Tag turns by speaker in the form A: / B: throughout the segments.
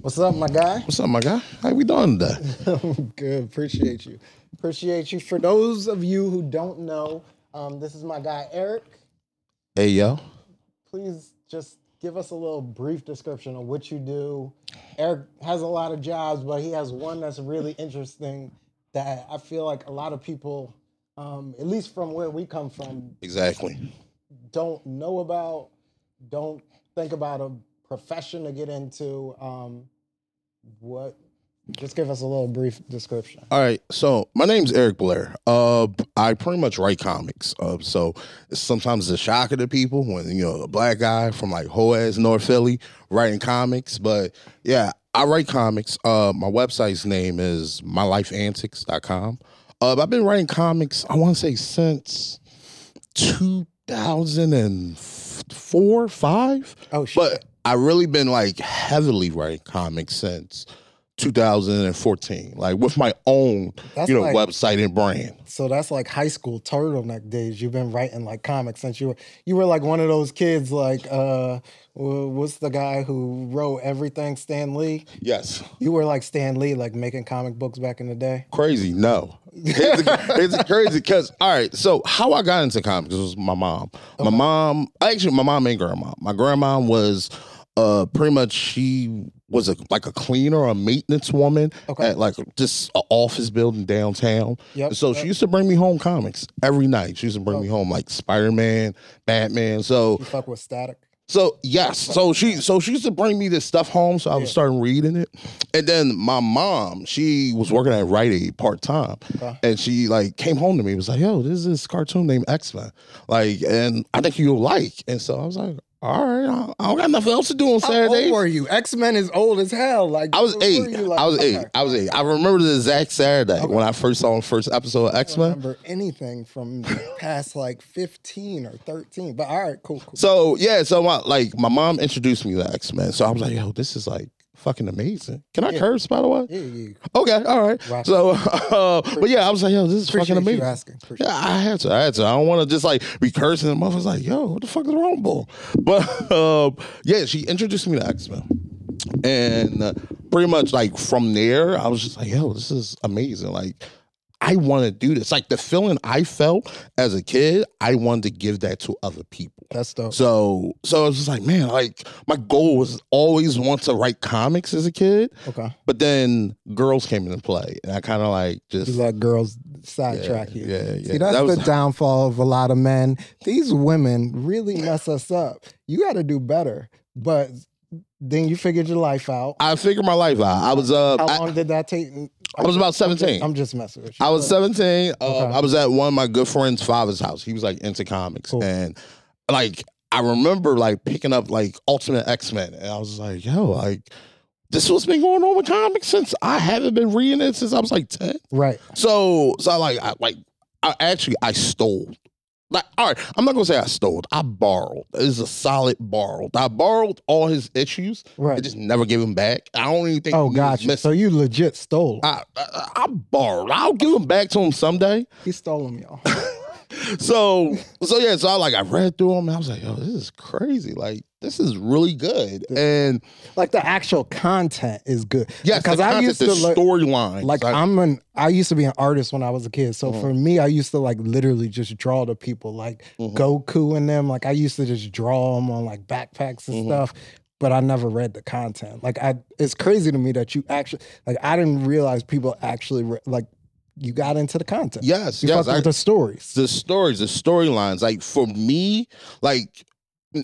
A: What's up, my guy?
B: What's up, my guy? How we doing today?
A: Good. Appreciate you. Appreciate you. For those of you who don't know, um, this is my guy, Eric.
B: Hey, yo.
A: Please just give us a little brief description of what you do. Eric has a lot of jobs, but he has one that's really interesting that I feel like a lot of people, um, at least from where we come from,
B: Exactly.
A: don't know about, don't think about a profession to get into. Um, what? Just give us a little brief description.
B: All right. So my name's Eric Blair. Uh, I pretty much write comics. Uh, so sometimes it's a shocker to people when you know a black guy from like Hoaz, North Philly, writing comics. But yeah, I write comics. Uh, my website's name is mylifeantics.com. Uh, I've been writing comics. I want to say since 2004, five.
A: Oh shit!
B: But I really been like heavily writing comics since 2014, like with my own
A: That's
B: you know
A: like-
B: website and brand.
A: so that's like high school turtleneck days. You've been writing like comics since you were you were like one of those kids. Like, uh, wh- what's the guy who wrote everything? Stan Lee.
B: Yes,
A: You were like Stan Lee, like making comic books back in the day.
B: crazy. No, it's, it's crazy because all right. So how I got into comics was my mom. My mom, actually, my mom and grandma. My grandma was uh pretty much she was a like a cleaner, a maintenance woman
A: Okay.
B: at like just an office building downtown.
A: Yep,
B: So
A: yep. Oh.
B: she used to bring me home comics every night. She used to bring me home like Spider Man, Batman. So
A: You fuck with Static.
B: So yes, so she so she used to bring me this stuff home, so I was starting reading it, and then my mom she was working at Rite Aid part time, and she like came home to me was like, "Yo, there's this cartoon named X Men, like, and I think you'll like." And so I was like, "All right, I- I don't got nothing else to do on Saturday."
A: were you? X Men is old as hell. Like
B: I was
A: who were
B: eight.
A: you? Like,
B: I was eight.
A: okay.
B: I was eight. I remember the exact Saturday when I first saw the first episode of X
A: don't
B: Men.
A: remember anything from past like 15 or 13. But all right, cool, cool.
B: So yeah, so my like my mom introduced me to X Men, so I was like, "Yo, this is like." Fucking amazing! Can I curse? By the way,
A: Yeah, yeah.
B: Okay, all right.
A: Right.
B: So, uh, but yeah, I was like, yo, this is
A: Appreciate
B: fucking
A: you
B: amazing.
A: asking. Appreciate-
B: Yeah, I had to. I had to. I don't want to just like be cursing the motherfuckers like, yo, what the fuck is wrong, bull? But um, yeah, she introduced me to X Men, and uh, pretty much like from there, I was just like, yo, this is amazing. Like, I want to do this. Like the feeling I felt as a kid, I wanted to give that to other people.
A: That's dope.
B: So, so I was just like, man, like my goal was always want to write comics as a kid.
A: Okay.
B: But then girls came into play, and I kind of like just
A: You let girls sidetrack you.
B: yeah, yeah.
A: See, that's
B: That was-
A: the downfall of a lot of men. These women really mess us up. You got to do better. But then you figured your life out.
B: I figured my life out. I was uh,
A: How
B: I,
A: long did that take?
B: I was about
A: I'm,
B: seventeen.
A: I'm just messing with you.
B: I was 17. Um,
A: Okay.
B: I was at one of my good friend's father's house. He was like into comics.
A: Cool.
B: And like, I remember like picking up like Ultimate X Men. And I was like, yo, like, this is what's been going on with comics since I haven't been reading it since I was like 10.
A: right.
B: So, so I like, I like, I actually, I stole. Like, all right, I'm not gonna say I stole. I borrowed. It's a solid borrowed. I borrowed all his issues. I
A: Right.
B: just never gave him back. I don't even think.
A: oh,
B: he was
A: gotcha.
B: missing.
A: So you legit stole. 'em.
B: I, I, I borrowed. I'll give him back to him someday.
A: He stole them, y'all.
B: So, so yeah. So I like I read through them and I was like, yo, this is crazy. Like this is really good. And
A: like the actual content is good.
B: yes,
A: because I used to
B: the
A: like,
B: storyline.
A: like I'm an I used to be an artist when I was a kid. So
B: Mm.
A: for me, I used to like literally just draw the people like
B: Mm-hmm.
A: Goku and them. Like I used to just draw them on like backpacks
B: Mm-hmm.
A: and stuff. But I never read the content. Like I, it's crazy to me that you actually like. I didn't realize people actually re- like you got into the content.
B: yes,
A: you
B: yes.
A: fucked
B: I,
A: with the stories.
B: the stories, the storylines. Like for me, like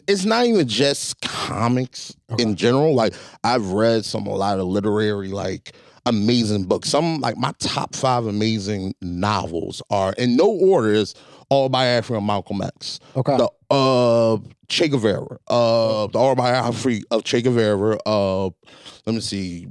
B: it's not even just comics in general. Like I've read some a lot of literary like amazing books. Some like my top five amazing novels are in no order is all biography of Malcolm X.
A: Okay.
B: The uh Che Guevara, uh the autobiography of Che Guevara, uh let me see.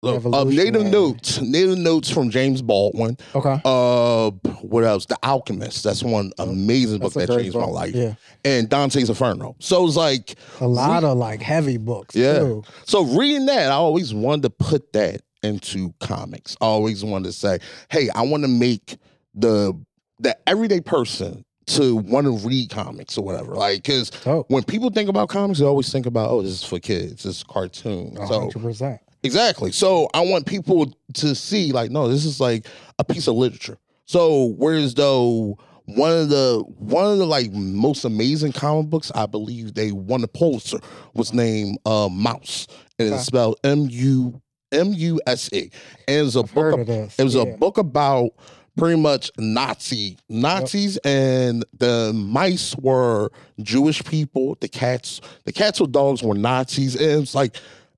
B: Look, uh, native
A: Revolutionary.
B: notes, native notes from James Baldwin.
A: Okay.
B: Uh, what else? The Alchemist. That's one amazing book
A: That's a
B: that
A: great
B: changed my
A: book.
B: life.
A: Yeah.
B: And Dante's Inferno. So it's like,
A: A lot of like heavy books.
B: yeah.
A: too.
B: So reading that, I always wanted to put that into comics. I always wanted to say, hey, I want to make the the everyday person to want to read comics or whatever. Like, because
A: Dope.
B: when people think about comics, they always think about, oh, this is for kids. This is cartoon.
A: A
B: So
A: hundred percent.
B: Exactly. So I want people to see, like, no, this is like a piece of literature. So whereas though one of the one of the like most amazing comic books, I believe they won a Pulitzer, was named uh, Mouse, and
A: Okay.
B: it's spelled M U M U S E, and it's a
A: I've
B: book.
A: heard
B: ab-
A: of this.
B: it was
A: yeah.
B: a book about pretty much Nazi Nazis, and the mice were Jewish people. The cats, the cats or dogs were Nazis, and it's like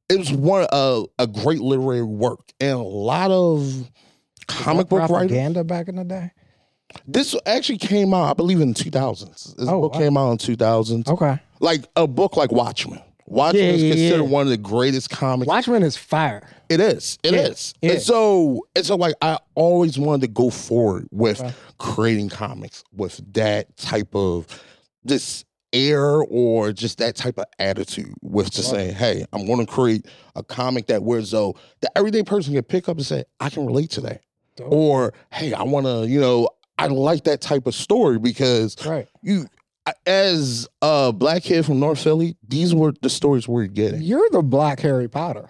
B: it was one uh, a great literary work, and a lot of
A: Was
B: comic
A: that
B: book writers.
A: propaganda back in the day.
B: This actually came out, I believe, in two thousands. This
A: Oh,
B: book
A: wow.
B: came out in two thousands,
A: Okay,
B: like a book like Watchmen. Watchmen
A: Yeah,
B: is
A: yeah, yeah.
B: considered one of the greatest comic
A: Watchmen is fire.
B: it is. It is.
A: Yeah, yeah.
B: And so and so like I always wanted to go forward with creating comics with that type of this air or just that type of attitude with just saying, hey, I'm gonna create a comic that wears though the everyday person can pick up and say, I can relate to that.
A: Dope.
B: Or hey, I wanna, you know, I like that type of story because
A: Right.
B: you as a black kid from North Philly, these were the stories we we're getting.
A: You're the black Harry Potter.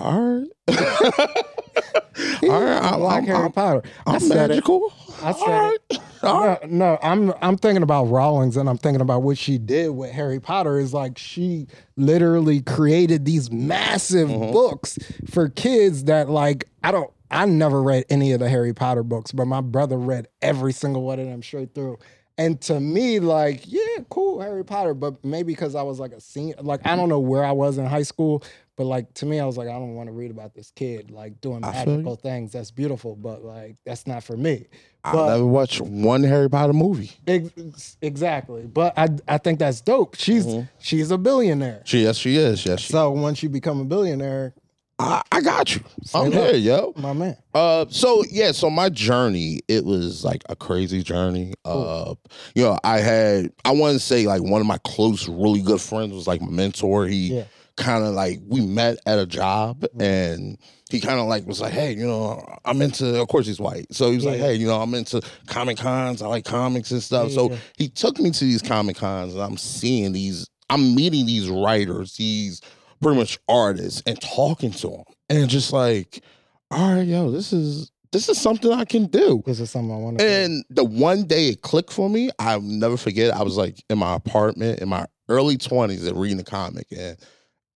B: All right. All right. I'm,
A: black
B: I'm,
A: Harry
B: I'm,
A: Potter. I
B: I'm
A: said it.
B: magical.
A: I said
B: All right. All right.
A: No, no, I'm I'm thinking about Rawlings and I'm thinking about what she did with Harry Potter is like she literally created these massive
B: Mm-hmm.
A: books for kids that like I don't I never read any of the Harry Potter books, but my brother read every single one of them straight through. And to me, like, yeah, cool, Harry Potter, but maybe because I was like a senior, like I don't know where I was in high school, but like to me, I was like, I don't want to read about this kid like doing
B: I feel you.
A: magical things. That's beautiful, but like that's not for me.
B: I
A: But-
B: never watched one Harry Potter movie.
A: Ex- exactly. But I I think that's dope. She's she's a billionaire.
B: She, yes, she is. Yes, Mm-hmm. she.
A: So once you become a billionaire,
B: I, I got you. I'm
A: Say
B: here, yo.
A: my man.
B: Uh, so yeah, so my journey, it was like a crazy journey. Uh, you know, I had, I want to say like one of my close, really good friends was like my mentor. He
A: Yeah. Mm-hmm.
B: kind of like, we met at a job and he kind of like was like, hey, you know, I'm into, of course he's white. So he was like,
A: Yeah.
B: hey, you know, I'm into comic cons. I like comics and stuff.
A: Yeah,
B: so
A: yeah.
B: he took me to these comic cons and I'm seeing these, I'm meeting these writers, these pretty much artists and talking to them and just like, all right, yo, this is this is something I can do.
A: This is something I want to
B: And the one day it clicked for me, I'll never forget. I was like in my apartment in my early twenties and reading a comic, and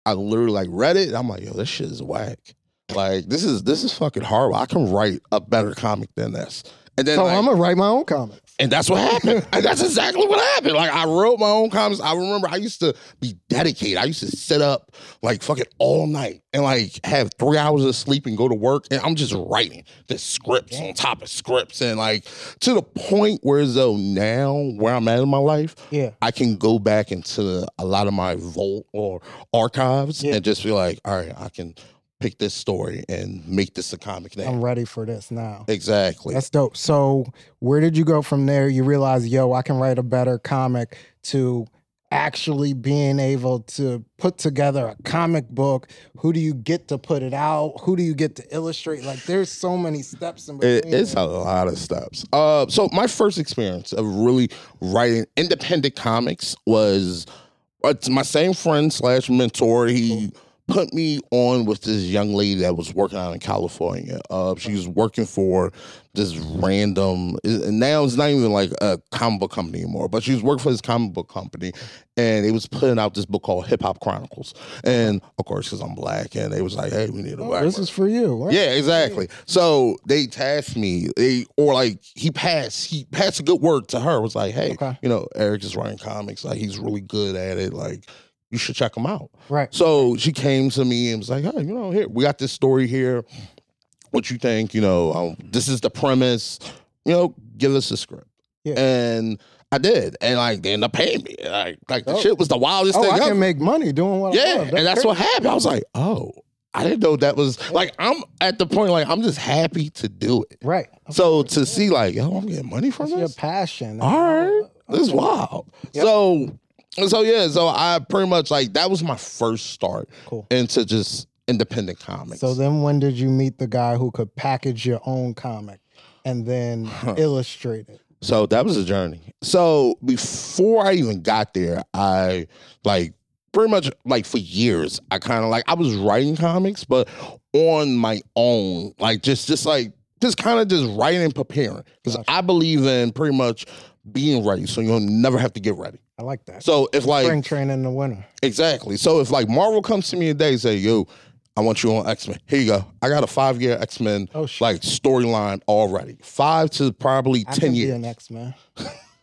B: I literally like read it. And I'm like, yo, this shit is whack. Like this is this is fucking horrible. I can write a better comic than this. And then
A: So
B: like,
A: I'm gonna write my own comics.
B: and that's what happened. and that's exactly what happened. Like I wrote my own comments. I remember I used to be dedicated. I used to sit up like fucking all night and like have three hours of sleep and go to work. And I'm just writing the scripts on top of scripts. And like to the point where though now where I'm at in my life,
A: Yeah.
B: I can go back into a lot of my vault or archives
A: Yeah.
B: and just be like, all right, I can pick this story and make this a comic now.
A: I'm ready for this now.
B: Exactly.
A: That's dope. So where did you go from there? You realize, yo, I can write a better comic to actually being able to put together a comic book. Who do you get to put it out? Who do you get to illustrate? Like there's so many steps in between.
B: It, it's a lot of steps. Uh, so my first experience of really writing independent comics was uh, it's my same friend slash mentor. He put me on with this young lady that was working out in California. Uh, she was working for this random. And now it's not even like a comic book company anymore, but she was working for this comic book company, and it was putting out this book called Hip Hop Chronicles. And of course, because I'm black, and they was like, "Hey, we need a
A: Oh,
B: black."
A: this
B: person."
A: is for you. right?
B: Yeah, exactly. So they tasked me, they or like he passed, he passed a good word to her. Was like, hey,
A: Okay.
B: you know, Eric is writing comics, like he's really good at it. Like, you should check him out.
A: Right.
B: So she came to me and was like, hey, you know, here we got this story here. What you think? You know, um, this is the premise. You know, give us a script.
A: Yeah.
B: And I did, and like they ended up paying me. Like, like the
A: Oh.
B: shit was the wildest
A: Oh,
B: thing
A: I
B: ever.
A: can make money doing what I
B: Yeah,
A: love.
B: and that's what happened. I was like, oh, I didn't know that was like I'm at the point like I'm just happy to do it.
A: right.
B: So to see like, yo, I'm getting money from
A: That's your
B: this.
A: passion.
B: All right, this is wild.
A: Yep.
B: So, so yeah, so I pretty much like that was my first start
A: Cool.
B: into just independent comics.
A: So then, when did you meet the guy who could package your own comic and then illustrate it?
B: So that was a journey. So before I even got there, I like pretty much like for years, I kind of like I was writing comics, but on my own, like just just like just kind of just writing and preparing because I believe in pretty much being ready, so you'll never have to get ready.
A: I like that.
B: So if like
A: Spring training in the winter.
B: Exactly. So if like Marvel comes to me today and say, "Yo, I want you on X Men," here you go. I got a five year X Men
A: Oh, shit.
B: like storyline already, five to probably
A: I
B: ten
A: can
B: years.
A: Be an X man.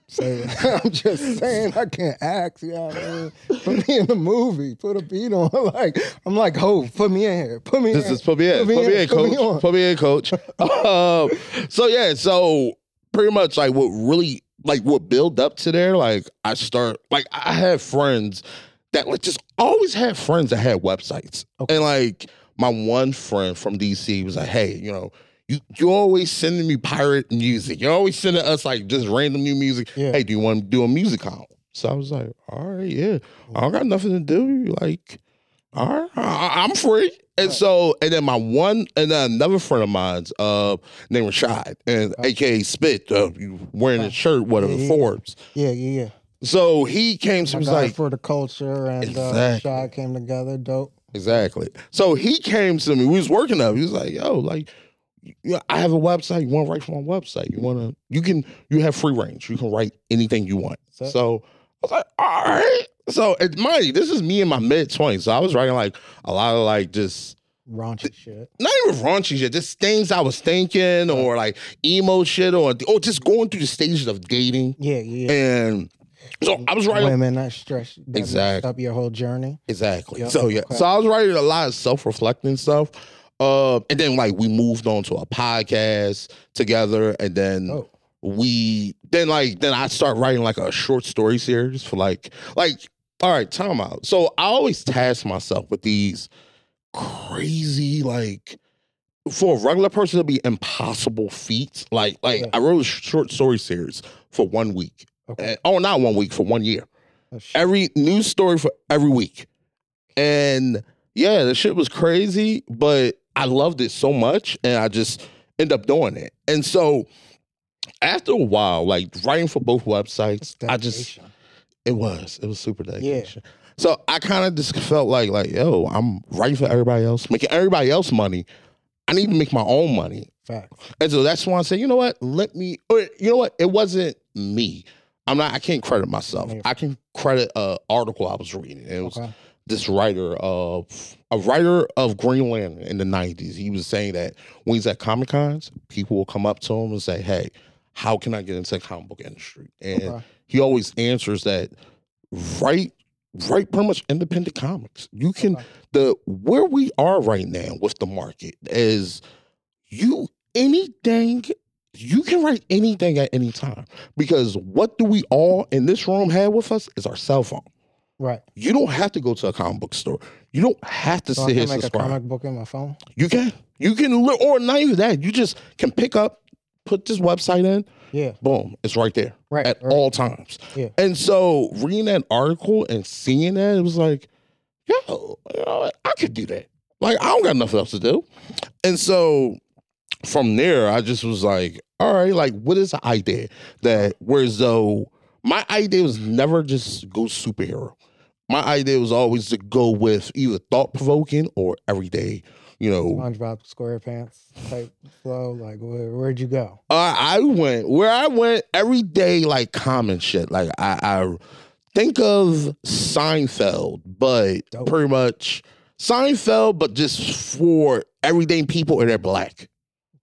A: So I'm just saying I can't act. You know what I mean? Put me in the movie. Put a beat on. Like I'm like, ho, put me in here. Put me.
B: This
A: in.
B: is put me in,
A: Put me
B: put me
A: in,
B: in,
A: put me
B: coach,
A: on.
B: put me in, coach. Um, so yeah, so pretty much like what really like what build up to there. Like I start like I had friends that like just always had friends that had websites,
A: Okay.
B: and like my one friend from DC was like, hey, you know. You, you always sending me pirate music. You're always sending us like just random new music.
A: Yeah.
B: Hey, do you want to do a music column? So I was like, all right, yeah. I don't got nothing to do. Like, all right, I, I'm free. And so, and then my one, and then another friend of mine's, uh, named Rashad, and AKA Spit, uh, you wearing a shirt, whatever,
A: Yeah, Oh yeah.
B: Forbes.
A: yeah, yeah, yeah.
B: So he came to
A: I
B: me he's
A: got it
B: like,
A: for the culture and uh,
B: Exactly.
A: Shy came together. Dope.
B: exactly. So he came to me, we was working up. He was like, yo, like, you know, I have a website. You want to write for my website? You want to, you can, you have free range. You can write anything you want.
A: So-
B: So I was like, all right. So, and mind you, this is me in my mid 20s. So I was writing like a lot of like just,
A: Raunchy shit.
B: not even raunchy shit, just things I was thinking or like emo shit or or just going through the stages of dating.
A: Yeah, yeah.
B: And so I was writing
A: Women that stretch that messed
B: Exactly.
A: up your whole journey.
B: exactly.
A: Yep.
B: So yeah,
A: Okay.
B: so I was writing a lot of self reflecting stuff. Uh, and then like we moved on to a podcast together, and then
A: Oh.
B: we then like then I start writing like a short story series for like like all right time out. So I always task myself with these crazy like for a regular person to be impossible feats. Like like
A: Yeah.
B: I wrote a short story series for one week.
A: Okay.
B: And- oh, not one week for one year
A: Oh, shit.
B: every news story for every week. And yeah, the shit was crazy, but I loved it so much and I just end up doing it. And so after a while, like writing for both websites, I just
A: Dedication.
B: it was. It was super dedication. So I kind of just felt like like, yo, I'm writing for everybody else, making everybody else money. I need to make my own money.
A: Facts.
B: And so that's why I say, you know what? Let me, or you know what? It wasn't me. I'm not. I can't credit myself.
A: Yeah.
B: I can credit a article I was reading. It was
A: Okay.
B: this writer of a writer of Green Lantern in the '90s. He was saying that when he's at Comic Cons, people will come up to him and say, "Hey, how can I get into the comic book industry?" And
A: Okay.
B: he always answers that right right pretty much independent comics you can
A: Okay.
B: the where we are right now with the market is you anything you can write anything at any time because what do we all in this room have with us is our cell phone
A: Right.
B: you don't have to go to a comic book store you don't have to
A: So I
B: sit here
A: can
B: and
A: make a
B: subscribe
A: comic book in my phone.
B: you can you can li- or not even that you just can pick up put this website in
A: Yeah.
B: boom it's right there
A: Right.
B: at
A: right.
B: all times.
A: Yeah.
B: And so reading that article and seeing that, it was like, yo, you know what? I could do that. Like I don't got nothing else to do. And so from there, I just was like, all right, like what is the idea that whereas though my idea was never just go superhero. My idea was always to go with either thought provoking or everyday, you know,
A: SpongeBob SquarePants type flow. Like, where, where'd you go?
B: Uh, I went where I went every day, like common shit. Like I, I think of Seinfeld, but
A: Dope.
B: pretty much Seinfeld, but just for everyday people and they're black.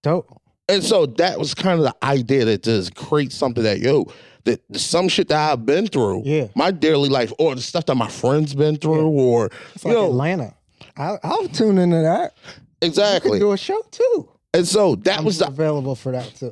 A: Dope.
B: And so that was kind of the idea that just create something that yo that some shit that I've been through,
A: Yeah.
B: my daily life, or the stuff that my friends been through, or
A: It's
B: you
A: like
B: know,
A: Atlanta. I, I'll tune into that. You could
B: exactly.
A: do a show too.
B: And so that
A: I'm
B: was the
A: available for that too.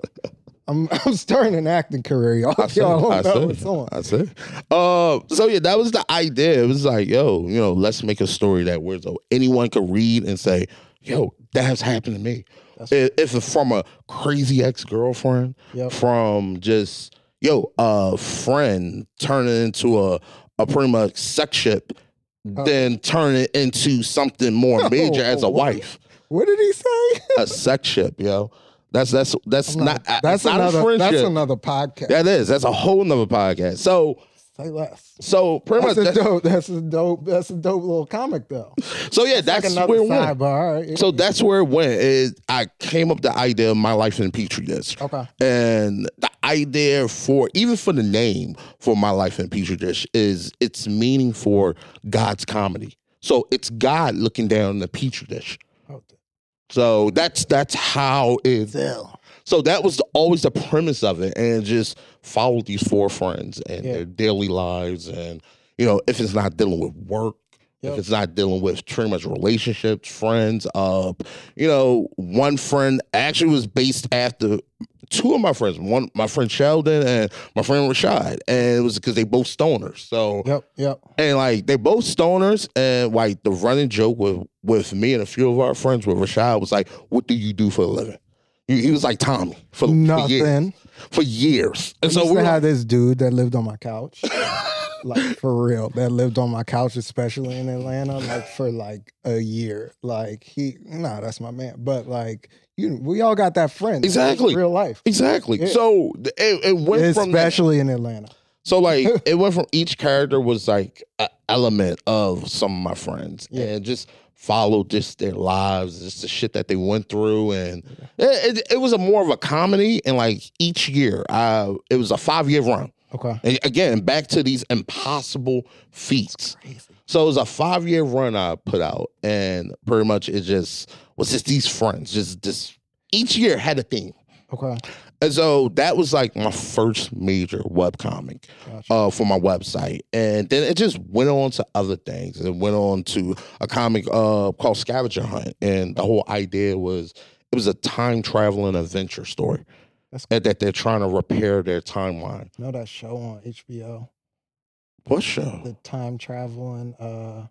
A: I'm I'm starting an acting career, y'all.
B: I
A: If y'all
B: said-
A: don't
B: I
A: know
B: said-
A: what's on.
B: I said. Uh, so yeah, that was the idea. It was like, yo, you know, let's make a story that where so anyone could read and say, yo, that has happened to me. If, if it's from a crazy ex girlfriend,
A: Yep.
B: from just yo a friend turning into a a pretty much sex ship, then turn it into something more major as a
A: what?
B: wife,
A: What did he say?
B: a sex ship, yo. That's that's that's not,
A: that's
B: not
A: another
B: a friendship.
A: that's another podcast.
B: That is. That's a whole nother podcast. So
A: Say less.
B: So pretty
A: That's
B: much,
A: a
B: that's-
A: dope. That's a dope. That's a dope little comic though.
B: so yeah, that's
A: Another
B: where it went.
A: sidebar. All right.
B: So that's where it went. It, I came up with the idea of my life in a petri dish,
A: okay.
B: and the idea for even for the name for my life in a petri dish is its meaning for God's comedy. So it's God looking down the petri dish.
A: Oh,
B: So that's that's how it.
A: Zell.
B: So that was the, always the premise of it, and just follow these four friends and
A: Yeah.
B: their daily lives, and you know if it's not dealing with work,
A: Yep.
B: if it's not dealing with pretty much relationships, friends. Uh, you know, one friend actually was based after two of my friends. One, my friend Sheldon and my friend Rashad, and it was because they both stoners. So
A: Yep. Yep.
B: and like they both stoners, and like the running joke with with me and a few of our friends with Rashad was like, "What do you do for a living?" He, he was like Tommy for, for years.
A: Nothing.
B: For years, and
A: So
B: so
A: we
B: we were
A: had this dude that lived on my couch, like for real, that lived on my couch, especially in Atlanta, like for like a year. Like he, nah, that's my man. But like you, we all got that friend, It's
B: Exactly.
A: real life,
B: exactly.
A: Yeah.
B: So th- it, it went from that-
A: especially in Atlanta.
B: so like it went from each character was like an element of some of my friends,
A: Yeah.
B: and just followed just their lives, just the shit that they went through, and it, it, it was a more of a comedy. And like each year, uh, it was a five year run.
A: Okay,
B: And again, back to these impossible feats.
A: crazy.
B: So it was a five year run I put out, and pretty much it just was just these friends. Just this each year had a theme,
A: Okay,
B: and so that was like my first major webcomic
A: gotcha.
B: uh, for my website, and then it just went on to other things. It went on to a comic uh, called Scavenger Hunt, and the whole idea was it was a time traveling adventure story.
A: That's
B: and that they're trying to repair their timeline.
A: know that show on HBO,
B: What show?
A: the time traveling. uh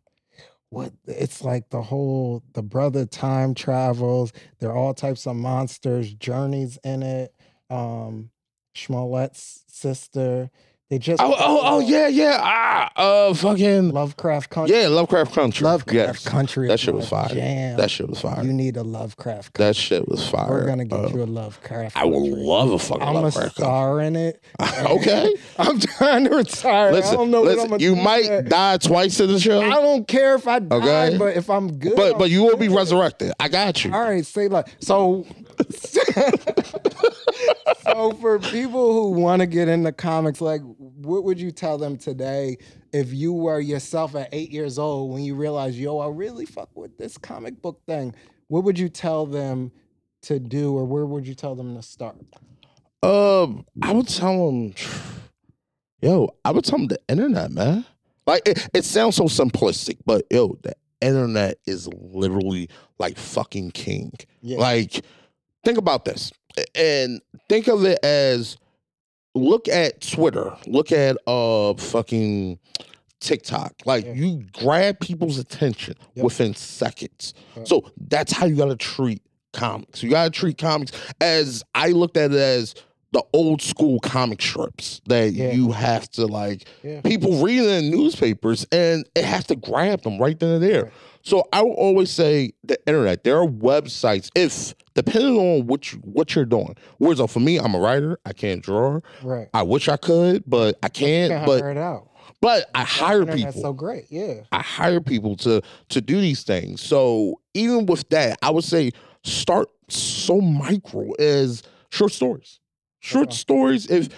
A: what it's like the whole the brother time travels. There are all types of monsters, journeys in it. Um, Schmollett's sister. They just
B: Oh, oh, oh, yeah, yeah. Ah, uh, fucking.
A: Lovecraft Country.
B: Yeah, Lovecraft Country.
A: Lovecraft
B: Yes.
A: Country.
B: That
A: is
B: shit was
A: my
B: fire.
A: Jam.
B: That shit was fire.
A: you need a Lovecraft. Country.
B: That shit was fire.
A: We're gonna get
B: Uh,
A: you a Lovecraft.
B: I would
A: Country.
B: love a fucking
A: I'm a
B: Lovecraft Country.
A: star in it.
B: okay.
A: I'm trying to retire. I
B: Listen,
A: don't know
B: listen,
A: what I'm
B: you might die twice in the show,
A: I don't care if I die,
B: Okay.
A: but if I'm good,
B: but but
A: I'm
B: you will be
A: good.
B: resurrected. I got you.
A: All right, say like so. so for people who want to get into comics, like, what would you tell them today if you were yourself at eight years old when you realized, yo, I really fuck with this comic book thing? What would you tell them to do, or where would you tell them to start?
B: Um, I would tell him, yo, I would tell him the internet, man. Like it, it sounds so simplistic, but yo, the internet is literally like fucking king.
A: Yeah.
B: Like, think about this, a- and think of it as look at Twitter, look at uh fucking TikTok. Like
A: Yeah.
B: you grab people's attention
A: Yep.
B: within seconds.
A: Right.
B: So that's how you gotta treat comics. You gotta treat comics as I looked at it as the old school comic strips that
A: Yeah.
B: you have to like
A: Yeah.
B: people reading it in newspapers and it has to grab them right then and there.
A: Right.
B: So I will always say the internet. There are websites if depending on what you, what you're doing. Whereas uh, for me, I'm a writer. I can't draw.
A: Right.
B: I wish I could, but I
A: You
B: can't.
A: can't
B: but
A: hire it out.
B: but I hire
A: Internet's
B: people.
A: so great. Yeah.
B: I hire people to to do these things. So even with that, I would say start so micro as short stories. Short
A: Okay.
B: stories. If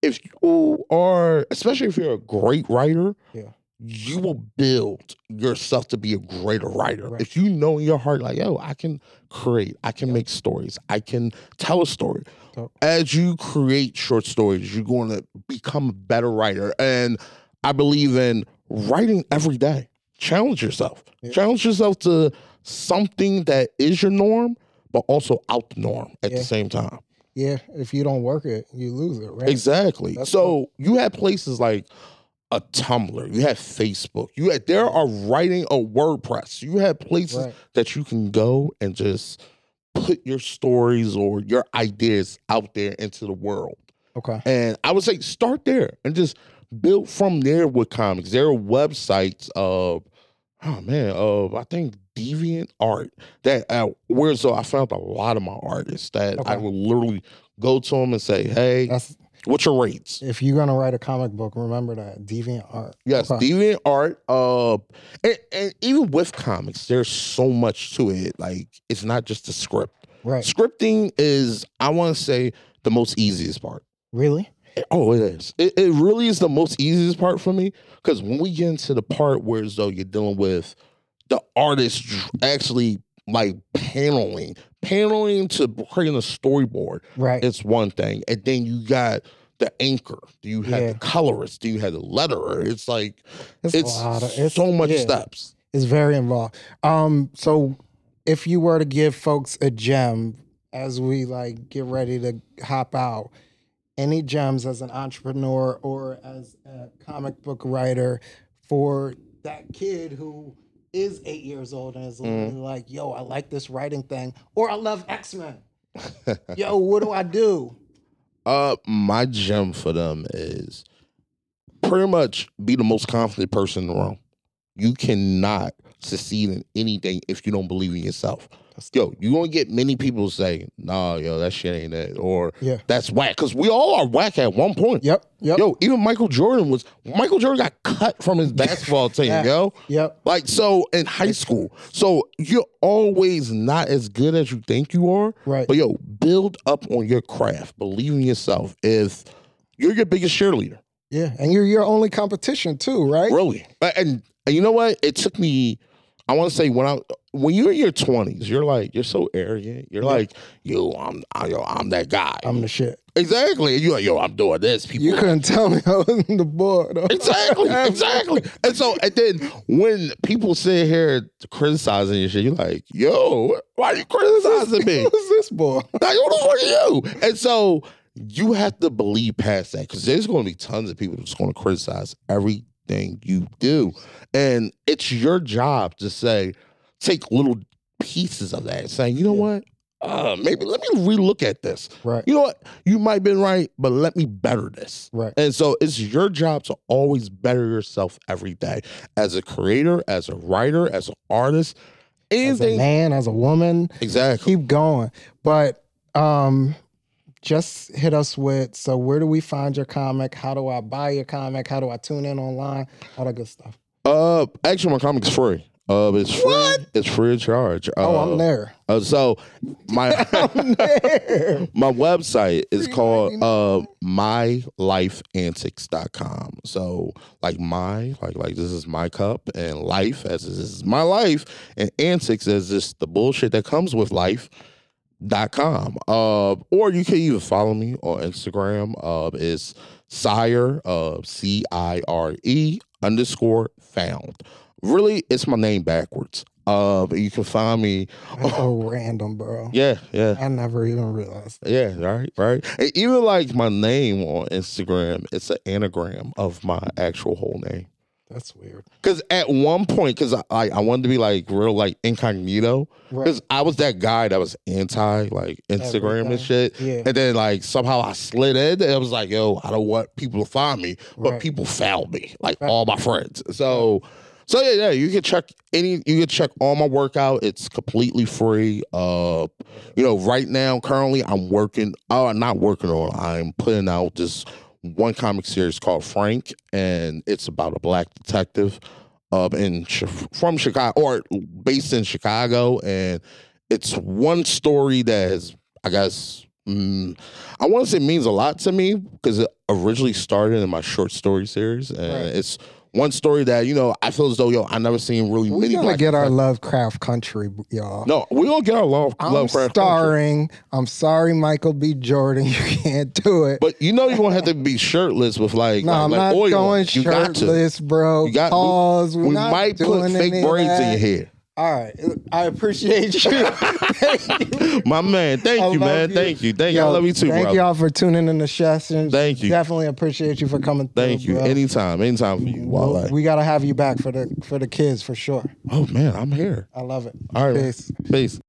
B: if you are, especially if you're a great writer,
A: Yeah.
B: you will build yourself to be a greater writer.
A: Right.
B: If you know in your heart, like, yo, I can create, I can
A: Yeah.
B: make stories, I can tell a story.
A: Dope.
B: As you create short stories, you're going to become a better writer. And I believe in writing every day. Challenge yourself.
A: Yeah.
B: Challenge yourself to something that is your norm, but also out the norm at
A: Yeah.
B: the same time.
A: Yeah. If you don't work it, you lose it. Right.
B: Exactly.
A: That's
B: so you had places like a Tumblr, you had Facebook, you had there are writing a WordPress. You had places
A: Right.
B: that you can go and just put your stories or your ideas out there into the world.
A: Okay.
B: And I would say start there and just build from there with comics. There are websites of oh man, of I think Deviant Art that uh, where so I found a lot of my artists that
A: Okay.
B: I
A: Uh,
B: would literally go to them and say, hey,
A: That's
B: What's your rates?
A: If you're gonna write a comic book, remember that deviant art.
B: Yes,
A: Okay.
B: deviant art. Uh, and, and even with comics, there's so much to it. Like it's not just the script.
A: right?
B: Scripting is, I want to say, the most easiest part.
A: Really?
B: Oh, it is. It, it really is the most easiest part for me because when we get into the part where as though you're dealing with the artist dr- actually like paneling, paneling to creating a storyboard,
A: Right.
B: it's one thing, and then you got the anchor, you have
A: Yeah.
B: the colorist, you have the letterer. It's like
A: It's
B: it's,
A: a lot of- it's-
B: so much
A: yeah.
B: steps.
A: It's very involved. Um, so if you were to give folks a gem as we like get ready to hop out, any gems as an entrepreneur or as a comic book writer for that kid who is eight years old and
B: Mm-hmm.
A: is literally like, yo, I like this writing thing, or I love X-Men. yo, what do I do?
B: Uh, my gem for them is pretty much be the most confident person in the room. You cannot succeed in anything if you don't believe in yourself. Yo, you gonna get many people say, "Nah, yo, that shit ain't it," or
A: Yeah.
B: "That's whack." Because we all are whack at one point.
A: Yep, yep,
B: Yo, even Michael Jordan was. Michael Jordan got cut from his basketball team.
A: Yeah.
B: Yo,
A: yep.
B: like so in high school. So you're always not as good as you think you are.
A: Right.
B: But yo, build up on your craft. Believe in yourself. If you're your biggest cheerleader,
A: Yeah. And you're your only competition too, right?
B: really. But- And, and you know what? It took me. I want to say when I when you're in your twenties, you're like you're so arrogant. You're like yo, I'm I, yo, I'm that guy.
A: I'm the shit.
B: exactly. And you're like yo, I'm doing this. People
A: You couldn't tell me I was in the board.
B: Exactly, exactly. And so, and then when people sit here criticizing your shit, you're like, "Yo, why are you criticizing me?
A: Who's this boy?
B: Like, who the fuck are you?" And so, you have to believe past that because there's going to be tons of people that's going to criticize everything you do, and it's your job to say, take little pieces of that, saying, "You know what? Uh, maybe let me relook at this.
A: Right.
B: You know what? You might have been right, but let me better this."
A: Right.
B: And so it's your job to always better yourself every day as a creator, as a writer, as an artist,
A: As a
B: anything.
A: man, as a woman,
B: Exactly.
A: keep going. But um, just hit us with so where do we find your comic? How do I buy your comic? How do I tune in online? All that good stuff.
B: Uh, actually, my comic's free. Uh, it's free.
A: What?
B: It's free of charge. Uh,
A: Oh, I'm Oh, there.
B: uh, so my
A: I'm there.
B: my website is called uh
A: $3.99.
B: mylifeantics.com. So like my like like this is my cup and life as this is my life and antics as just the bullshit that comes with life. Dot com. Uh, or you can even follow me on Instagram. Uh, it's sire uh, C I R E underscore found. Really, it's my name backwards. Uh, but you can find me.
A: That's so random, bro.
B: Yeah, yeah.
A: I never even realized.
B: Yeah, right, right. And even like my name on Instagram, it's an anagram of my actual whole name.
A: That's weird.
B: Because at one point, because I, I I wanted to be like real like incognito,
A: Right.
B: because I was that guy that was anti like Instagram
A: Everything.
B: and shit.
A: Yeah.
B: And then like somehow I slid in. And I was like, yo, I don't want people to find me, but
A: Right.
B: people found me, like
A: Right.
B: all my friends. So. So yeah, yeah, you can check any you can check all my workout. It's completely free. Uh you know, right now currently I'm working uh not working on, I'm putting out this one comic series called Frank and it's about a black detective uh in Chi- from Chicago or based in Chicago and it's one story that has I guess mm, I want to say means a lot to me because it originally started in my short story series and
A: Right.
B: it's one story that you know I feel as though yo I never seen really
A: We
B: many
A: gotta
B: black
A: get our
B: detectives.
A: Lovecraft country, y'all.
B: no we don't get our love
A: I'm
B: love craft culture.
A: starring. I'm sorry, Michael B. Jordan. You can't do it.
B: but you know you're gonna have to be shirtless with like
A: no,
B: like,
A: I'm
B: like
A: not
B: oil
A: going
B: you got to
A: shirtless, bro.
B: You got- we-
A: Pause. We're
B: we
A: not
B: might put
A: doing
B: fake
A: any of
B: braids in
A: that.
B: your hair
A: All right, I appreciate you. thank you.
B: my man thank
A: I
B: you
A: love
B: man
A: you.
B: thank you thank you I
A: Yo,
B: love you too
A: Thank
B: brother.
A: y'all for tuning in to sessions.
B: Thank you.
A: Definitely appreciate you for coming. Through,
B: thank you
A: bro.
B: anytime anytime for you
A: Well,
B: Wale.
A: we gotta have you back for the for the kids for sure.
B: oh man I'm here
A: I love it.
B: all right
A: Peace.
B: peace.